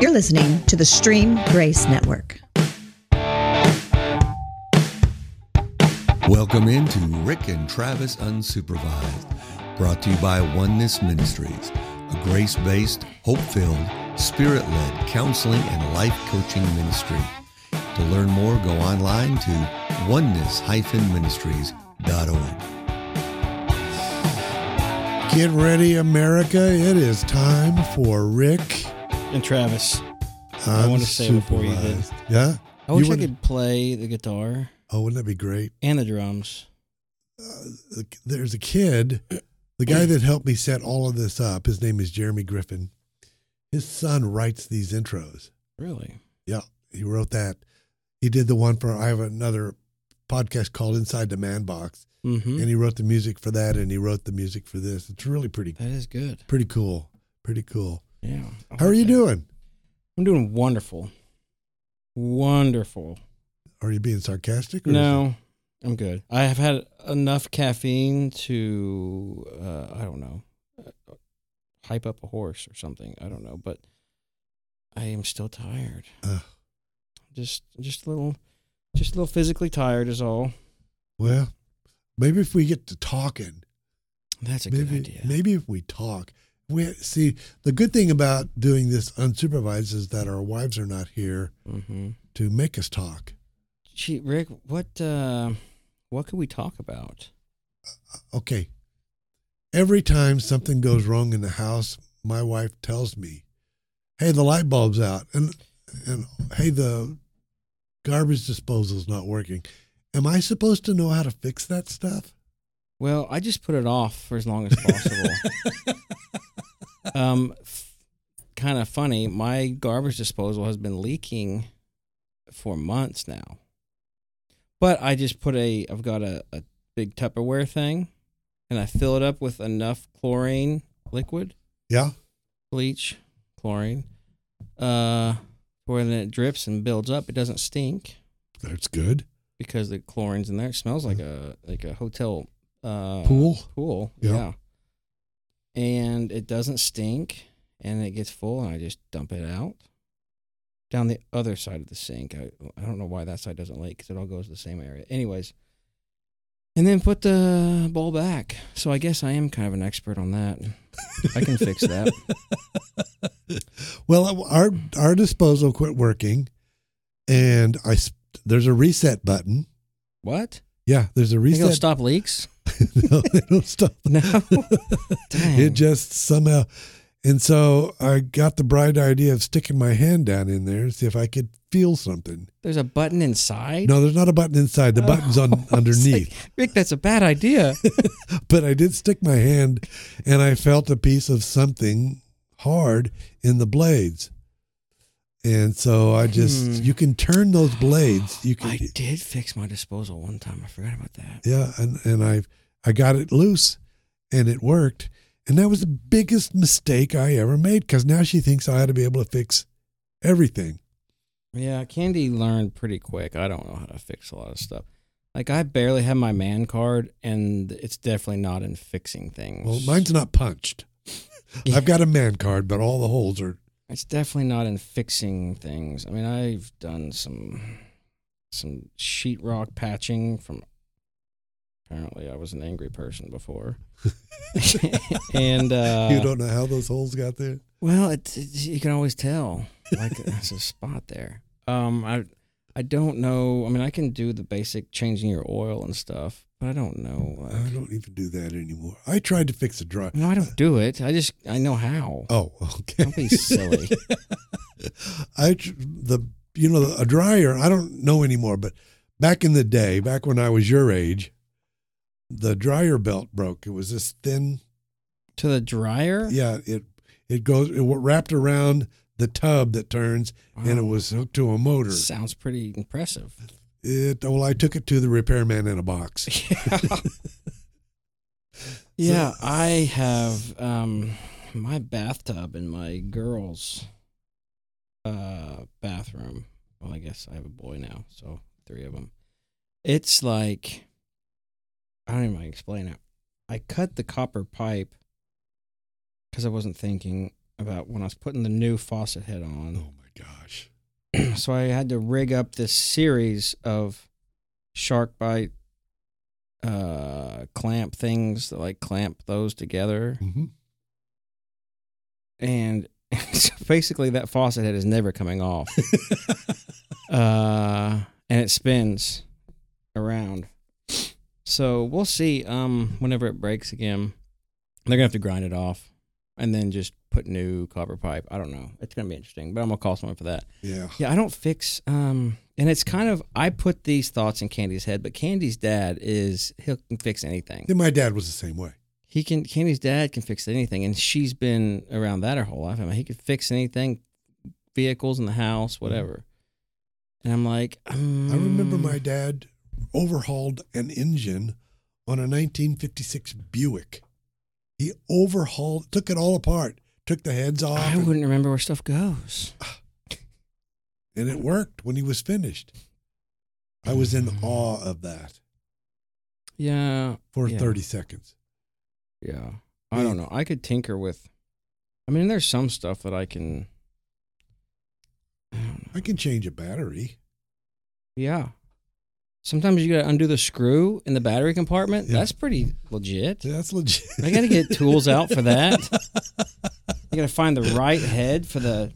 You're listening to the Stream Grace Network. Welcome into Rick and Travis Unsupervised, brought to you by Oneness Ministries, a grace based, hope filled, spirit led counseling and life coaching ministry. To learn more, go online to oneness ministries.org. Get ready, America. It is time for Rick. And Travis, I want to say before you did. Unsupervised. Yeah? I wish You I would- could play the guitar Oh, wouldn't that be great? and the drums. There's a kid, the guy that helped me set all of this up. His name is Jeremy Griffin. His son writes these intros. Really? Yeah, he wrote that. He did the one for, I have another podcast called Inside the Man Box, Mm-hmm. and he wrote the music for that, and he wrote the music for this. It's really pretty, That is good. pretty cool. Pretty cool. Yeah. I How are like you that. doing? I'm doing wonderful. Wonderful. Are you being sarcastic? is it- No, I'm good. I have had enough caffeine to, uh, I don't know, uh, hype up a horse or something. I don't know, but I am still tired. Ugh. Just, just a little, just a little physically tired is all. Well, maybe if we get to talking, That's a maybe good idea. maybe if we talk, we see the good thing about doing this unsupervised is that our wives are not here Mm-hmm. to make us talk. Gee, Rick, what uh, what could we talk about? Okay, every time something goes wrong in the house, my wife tells me, "Hey, the light bulb's out," and and hey, the garbage disposal's not working. Am I supposed to know how to fix that stuff? Well, I just put it off for as long as possible. um, f- kind of funny. My garbage disposal has been leaking for months now, but I just put a. I've got a, a big Tupperware thing, and I fill it up with enough chlorine liquid, Yeah. bleach, chlorine, uh, where then it drips and builds up. It doesn't stink. That's good. because the chlorine's in there. It smells like a like a hotel uh, Mm. Pool? Pool, Yeah. yeah. And it doesn't stink, and it gets full, and I just dump it out down the other side of the sink. I I don't know why that side doesn't leak because it all goes to the same area. Anyways, and then put the bowl back. So I guess I am kind of an expert on that. I can fix that. Well, our our disposal quit working, and I s- there's a reset button. What? Yeah, there's a You think it'll reset. stop leaks? no, it'll stop. No. Dang. It just somehow, and so I got the bright idea of sticking my hand down in there and see if I could feel something. There's a button inside. No, there's not a button inside. The button's on Oh, I was like, underneath. Rick, that's a bad idea. But I did stick my hand, and I felt a piece of something hard in the blades. And so I just Hmm. you can turn those blades. You can I did fix my disposal one time. I forgot about that. Yeah, and and I I got it loose, and it worked, and that was the biggest mistake I ever made because now she thinks I ought to be able to fix everything. Yeah, Candy learned pretty quick. I don't know how to fix a lot of stuff. Like I barely have my man card, and it's definitely not in fixing things. Well, mine's not punched. I've got a man card, but all the holes are. It's definitely not in fixing things. I mean, I've done some some sheetrock patching from apparently I was an angry person before. and uh you don't know how those holes got there. Well, it, it you can always tell. Like there's a spot there. Um, I I don't know. I mean, I can do the basic changing your oil and stuff, but I don't know. I Like, don't even do that anymore. I tried to fix a dry. no, I don't do it. I just I know how. Oh, okay. Don't be silly. I tr- the you know a dryer. I don't know anymore, but back in the day, back when I was your age, the dryer belt broke. It was this thin to the dryer. Yeah, it it goes it wa- wrapped around the tub that turns, and it Wow. was hooked to a motor. sounds pretty impressive. It well, I took it to the repairman in a box. Yeah. yeah, I have um my bathtub in my girls' uh bathroom. Well, I guess I have a boy now, so three of them. It's like I don't even know how to explain it. I cut the copper pipe because I wasn't thinking about when I was putting the new faucet head on. Oh my gosh. so I had to rig up this series of shark bite uh clamp things that like clamp those together. Mm-hmm. and so basically that faucet head is never coming off. uh, and it spins around. So we'll see. Um, whenever it breaks again, they're gonna have to grind it off and then just put new copper pipe. I don't know. It's gonna be interesting, but I'm gonna call someone for that. Yeah. Yeah, I don't fix. Um, and it's kind of I put these thoughts in Candy's head, but Candy's dad is he can fix anything Then my dad was the same way. he can Candy's dad can fix anything, and she's been around that her whole life. I mean, he could fix anything, vehicles in the house, whatever. And I'm like, Mm-hmm. I remember um, my dad overhauled an engine on a 1956 Buick. He overhauled, took it all apart, took the heads off, I and- wouldn't remember where stuff goes. and it worked when he was finished. I was in Hmm. awe of that Yeah, for Yeah. 30 seconds. yeah. Mm. I don't know. I could tinker with. I mean, there's some stuff that I can. I don't know. I can change a battery. Yeah. Sometimes you gotta undo the screw in the battery compartment. Yeah. That's pretty legit. Yeah, That's legit. I gotta get tools out for that. You gotta find the right head for the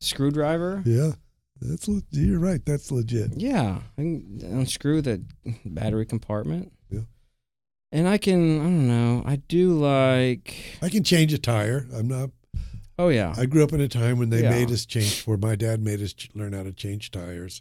screwdriver. yeah, that's le- you're right. That's legit. Yeah, I can unscrew the battery compartment. Yeah. And I can, I don't know, I do like, I can change a tire. I'm not. oh yeah, I grew up in a time when they Yeah. made us change. Where my dad made us ch- learn how to change tires.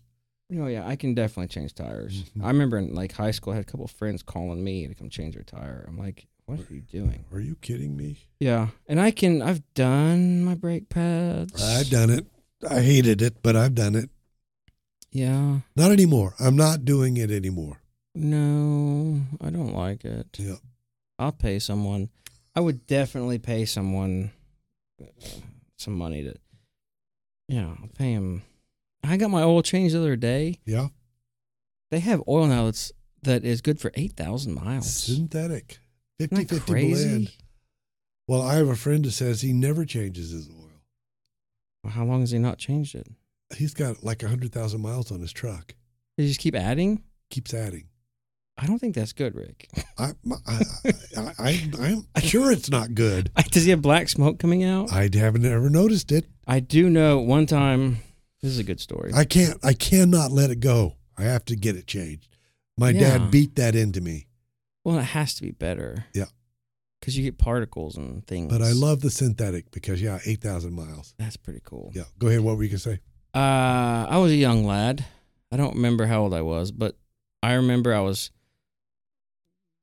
oh yeah, I can definitely change tires. Mhm. I remember in like high school, I had a couple of friends calling me to come change their tire. I'm like, what are you doing? Are you kidding me? Yeah, and I can, I've done my brake pads. I've done it. I hated it, but I've done it. Yeah, Not anymore. I'm not doing it anymore. no, I don't like it. Yeah. I'll pay someone. I would definitely pay someone uh, some money to, you know, I'll pay him. I got my oil changed the other day. Yeah. They have oil now that's that is good for eight thousand miles. Isn't Synthetic. 50 that 50 crazy? blend. Well, I have a friend that says he never changes his oil. Well, How long has he not changed it? He's got like 100,000 miles on his truck. They just keep adding. Keeps adding. I don't think that's good, Rick. I, my- I, I, I, I'm sure it's not good. Does he have black smoke coming out? I haven't ever noticed it. I do know one time. This is a good story. I can't, I cannot let it go. I have to get it changed. My Yeah. dad beat that into me, well, it has to be better. Yeah. Because you get particles and things. but I love the synthetic because, yeah, 8,000 miles. That's pretty cool. Yeah. Go ahead. What were you going to say? Uh, I was a young lad. I don't remember how old I was, but I remember I was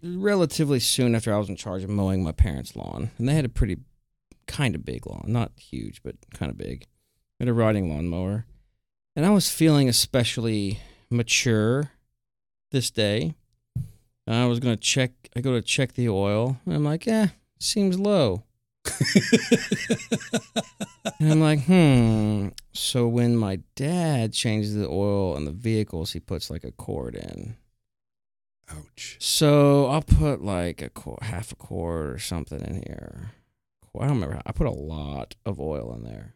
relatively soon after I was in charge of mowing my parents' lawn, and they had a pretty kind of big lawn, not huge, but kind of big. They had a riding lawnmower, and I was feeling especially mature this day. And I was gonna check. I go to check the oil, and I'm like, "Yeah, seems low." and I'm like, "Hmm." So when my dad changes the oil in the vehicles, he puts like a cord in. Ouch. So I'll put like a qu- half a quart or something in here. Qu- I don't remember. How, I put a lot of oil in there,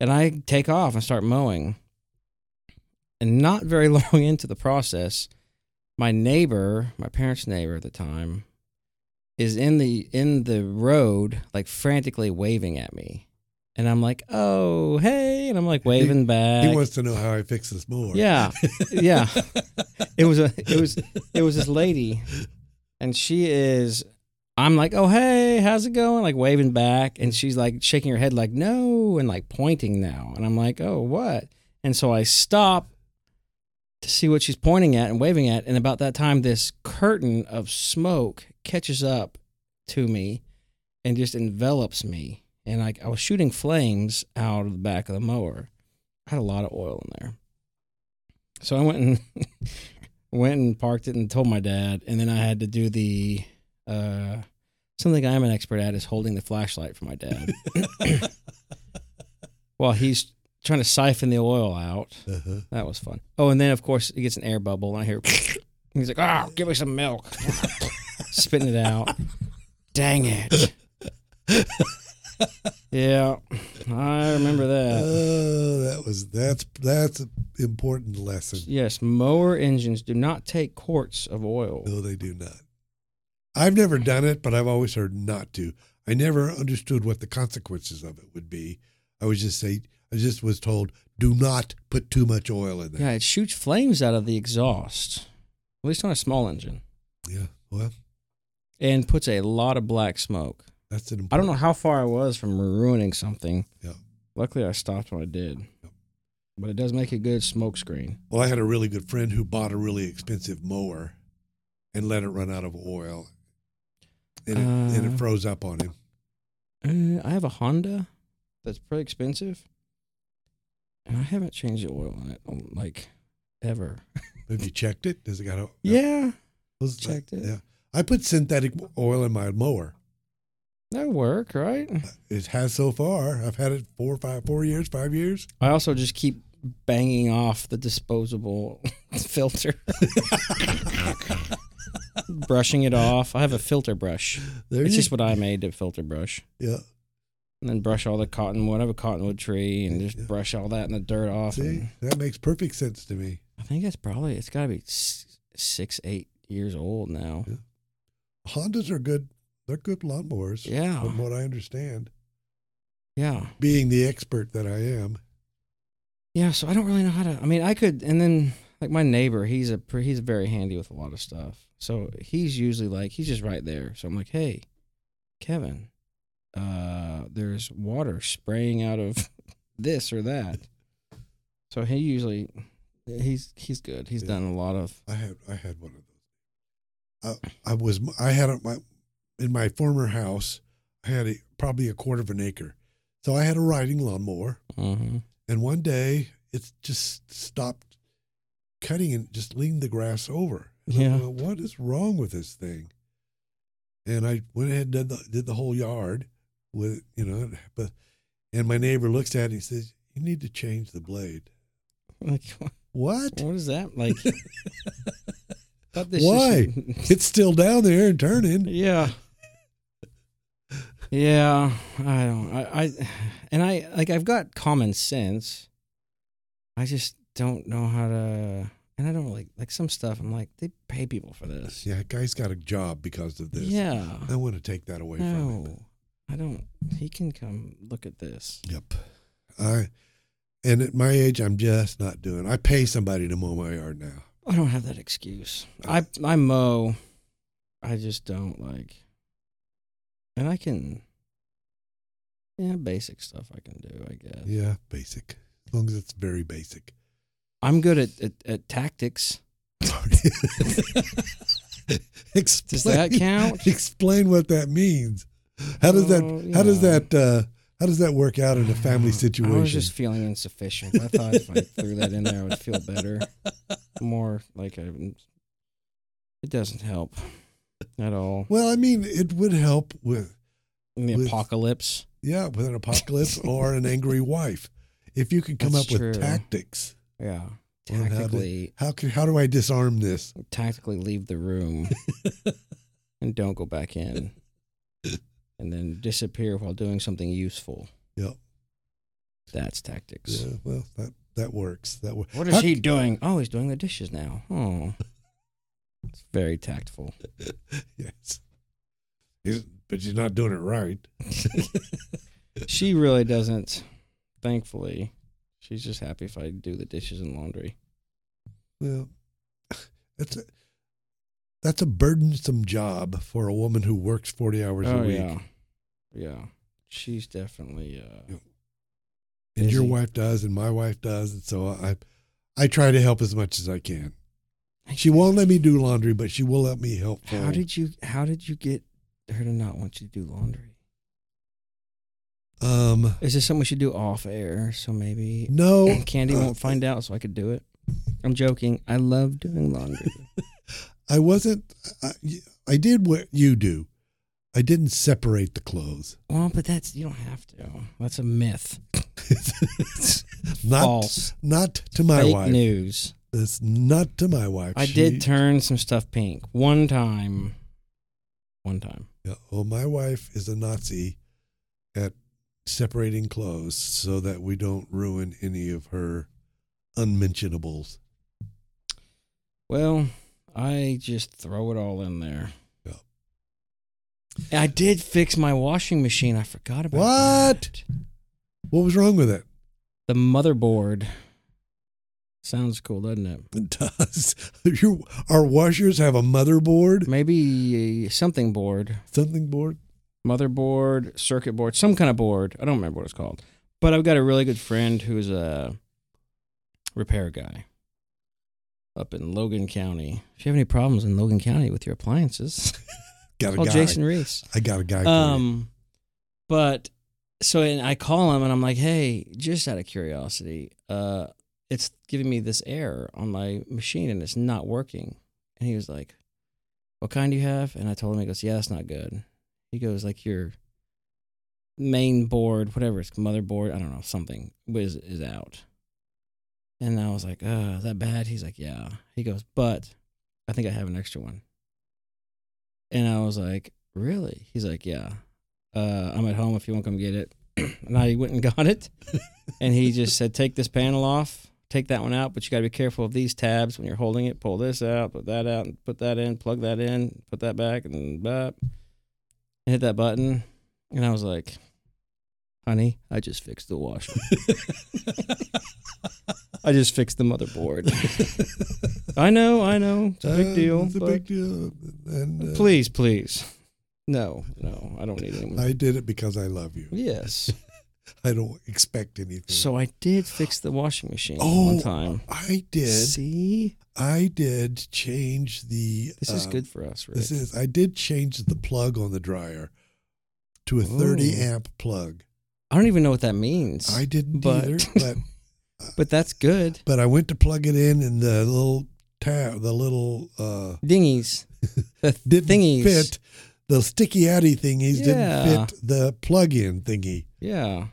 and I take off and start mowing. And not very long into the process, my neighbor, my parents' neighbor at the time, is in the in the road like frantically waving at me, and I'm like, "Oh, hey!" And I'm like waving back. He wants to know how I fix this mower. Uh, Yeah, yeah. It was a it was it was this lady, and she is. I'm like, oh hey, how's it going? Like waving back, and she's like shaking her head, like no, and like pointing now, and I'm like, oh what? And so I stop to see what she's pointing at and waving at, and about that time, this curtain of smoke catches up to me and just envelops me, and like I was shooting flames out of the back of the mower. I had a lot of oil in there. So I went and went and parked it and told my dad, and then I had to do the uh, something I'm an expert at is holding the flashlight for my dad while he's trying to siphon the oil out. Uh-huh. That was fun. Oh, and then of course he gets an air bubble, and I hear he's like, "Ah, give me some milk," spitting it out. Dang it! Yeah, I remember that. Oh, that was that's that's an important lesson. Yes, mower engines do not take quarts of oil. No, they do not. I've never done it, but I've always heard not to. I never understood what the consequences of it would be. I was just say I just was told do not put too much oil in there. Yeah, it shoots flames out of the exhaust, at least on a small engine, Yeah. Well, and puts a lot of black smoke. that's an important I don't know how far I was from ruining something. Yeah. Luckily, I stopped when I did. But it does make a good smoke screen. Well, I had a really good friend who bought a really expensive mower and let it run out of oil. And it, and Uh. it froze up on him. Uh, I have a Honda that's pretty expensive, and I haven't changed the oil on it um, like ever. Have you checked it? Does it got a Yeah, was- checked it. Yeah. I put synthetic oil in my mower. that work, right? It has so far. I've had it four, five, four years, five years. I also just keep banging off the disposable filter, brushing it off. I have a filter brush. There It's you- just what I made a filter brush. yeah. And then brush all the cottonwood. I have a cottonwood tree, and just Yeah. brush all that and the dirt off. See, and- that makes perfect sense to me. I think it's probably it's got to be s- six, eight years old now. Hondas are good. They're good lawnmowers, Yeah. from what I understand. Yeah. Being the expert that I am, Yeah, so I don't really know how to. I mean, I could, and then like my neighbor, he's a pre- he's very handy with a lot of stuff. So he's usually like he's just right there. So I'm like, hey, Kevin, uh, there's water spraying out of this or that. So he usually he's he's good. He's Yeah. done a lot of I had I had one of those. I, I was I had a, my in my former house. I had a, probably a quarter of an acre, so I had a riding lawnmower. hmm And one day, it just stopped cutting and just leaned the grass over. And I Yeah. went, what is wrong with this thing? And I went ahead and did the, did the whole yard with you know, but and my neighbor looks at it and he says, "You need to change the blade." like What? what is that like? Thought this Why? just- It's still down there and turning. Yeah. Yeah, I don't. I, I and I like I've got common sense. I just don't know how to, and I don't really like some stuff. I'm like, they pay people for this. Yeah, guy's got a job because of this. Yeah. I want to take that away from him. No, I don't. He can come look at this. Yep. I and at my age I'm just not doing. I pay somebody to mow my yard now. I don't have that excuse. I I mow. I just don't like. And I can. Yeah, basic stuff I can do. I guess. Yeah, basic. As long as it's very basic. I'm good at at, at tactics. explain, Does that count? Explain what that means. How does that Oh, you how does know. that uh how does that work out in a family I situation? was just feeling insufficient. I thought if I threw that in there, I would feel better. More like I. It doesn't help at all. well, I mean, it would help with In the With- apocalypse. yeah, with an apocalypse or an angry wife. If you could come That's up true. with tactics. Yeah. on how to- Tactically, How can how do I disarm this? tactically leave the room and don't go back in, and then disappear while doing something useful. Yep. That's tactics. Yeah, well, that that works. That works. What is he doing? Oh, he's doing the dishes now. Oh, it's very tactful. Yes. He's- but she's not doing it right. She really doesn't. Thankfully, she's just happy if I do the dishes and laundry. Well, that's a, that's a burdensome job for a woman who works 40 hours a oh week. yeah, yeah. She's definitely. Uh, And your Busy. wife does and my wife does and so I I try to help as much as I can. She won't let me do laundry, but she will let me help. How fold. did you? How did you get her to not want you to do laundry? um Is this something we should do off air? So maybe no Candy uh, won't find out, so I could do it. I'm joking. I love doing laundry. I wasn't I, I did what you do. I didn't separate the clothes. well, but that's you don't have to. That's a myth. Not False. not to my Fake wife. news. That's not to my wife. I She- did turn some stuff pink one time. One time. Yeah. Well, my wife is a Nazi at separating clothes so that we don't ruin any of her unmentionables. Well, I just throw it all in there. Yep. And I did fix my washing machine. I forgot about What? that. What was wrong with it? The motherboard. Sounds cool, doesn't it? It does. Your, our washers have a motherboard, Maybe a something board, something board. motherboard, circuit board, some kind of board. I don't remember what it's called. But I've got a really good friend who's a repair guy up in Logan County. If you have any problems in Logan County with your appliances, Got a call guy. Jason Reese. I got a guy. for you. Um, but so and I call him and I'm like, hey, just out of curiosity, uh, it's giving me this error on my machine and it's not working. And he was like, what kind do you have? And I told him, he goes, yeah, that's not good. He goes, like your main board, whatever it's motherboard, I don't know, something is is out. And I was like, oh, is that bad? He's like, yeah. He goes, but I think I have an extra one. And I was like, really? He's like, yeah. Uh, I'm at home if you want to come get it. and I went and got it. and he just said, take this panel off, take that one out, but you got to be careful of these tabs when you're holding it. Pull this out, put that out, and put that in, plug that in, put that back, and blah. And hit that button. And I was like, honey, I just fixed the washer. I just fixed the motherboard. I know, I know. It's a big Uh, deal. It's a but- big deal. And uh, Please, please. No, no, I don't need any more. I did it because I love you. Yes. I don't expect anything. So I did fix the washing machine Mm. oh, one time. I did. See, I did change the. this is um, good for us, Rick. This is. I did change the plug on the dryer to a 30 Oh. amp plug. I don't even know what that means. I didn't but- either, but but that's good. but I went to plug it in, and the little tab, the little uh, Dingies, the didn't thingies. fit. The sticky outy thingies Yeah. didn't fit the plug-in thingy, Yeah.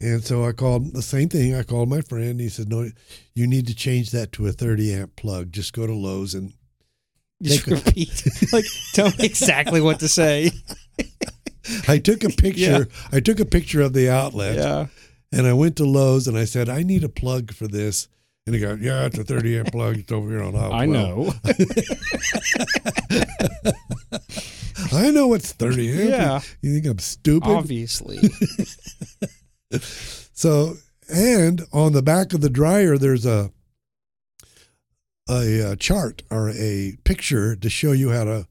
and so I called the same thing. I called my friend. He said, "No, you need to change that to a 30 amp plug. Just go to Lowe's and Just Take a- repeat. like, tell me exactly what to say. I took a picture. I took a picture of the outlet, Yeah. and I went to Lowe's and I said, "I need a plug for this." And he goes, "Yeah, it's a 30 amp plug. It's over here on aisle 12." I know it's 30 amp. Yeah. You think I'm stupid? Obviously. So, and on the back of the dryer, there's a a, uh chart or a picture to show you how to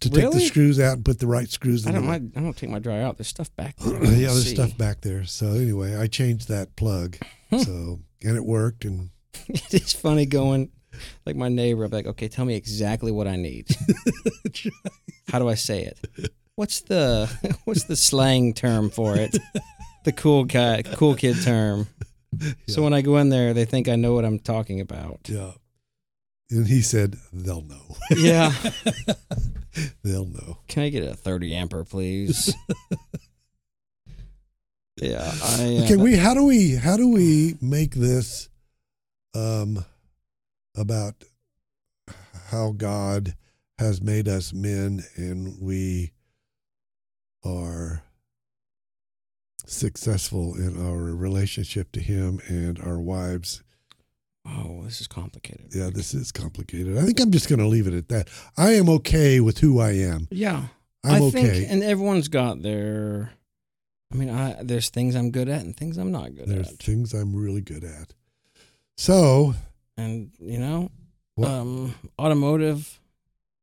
to take the Really? screws out and put the right screws I in. don't. the- My, I don't take my dryer out. There's stuff back there. I don't yeah, there's see. stuff back there. So anyway, I changed that plug. Hmm. so and it worked. And it's funny going like my neighbor i'm like okay tell me exactly what i need how do i say it what's the what's the slang term for it the cool guy cool kid term so when i go in there they think i know what i'm talking about yeah, uh, and he said they'll know. yeah they'll know. can i get a 30 amper please yeah I, uh, okay, we how do we how do we make this um about how God has made us men and we are successful in our relationship to him and our wives. oh this is complicated Yeah, this is complicated. I think I'm just going to leave it at that. I am okay with who I am. yeah I'm I okay. Think, and everyone's got their. I mean, I, there's things I'm good at and things I'm not good There's at, things I'm really good at. So, and you know, What- um, automotive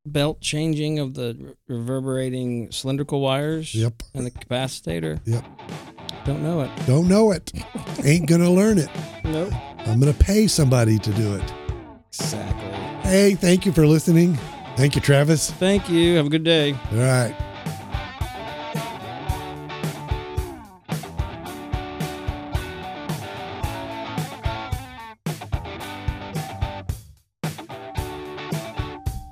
belt changing of the re- reverberating cylindrical wires yep. and the capacitor. Yep. Don't know it. Don't know it. Ain't going to learn it. Nope. I'm going to pay somebody to do it. Exactly. Hey, thank you for listening. Thank you, Travis. Thank you. Have a good day. All right.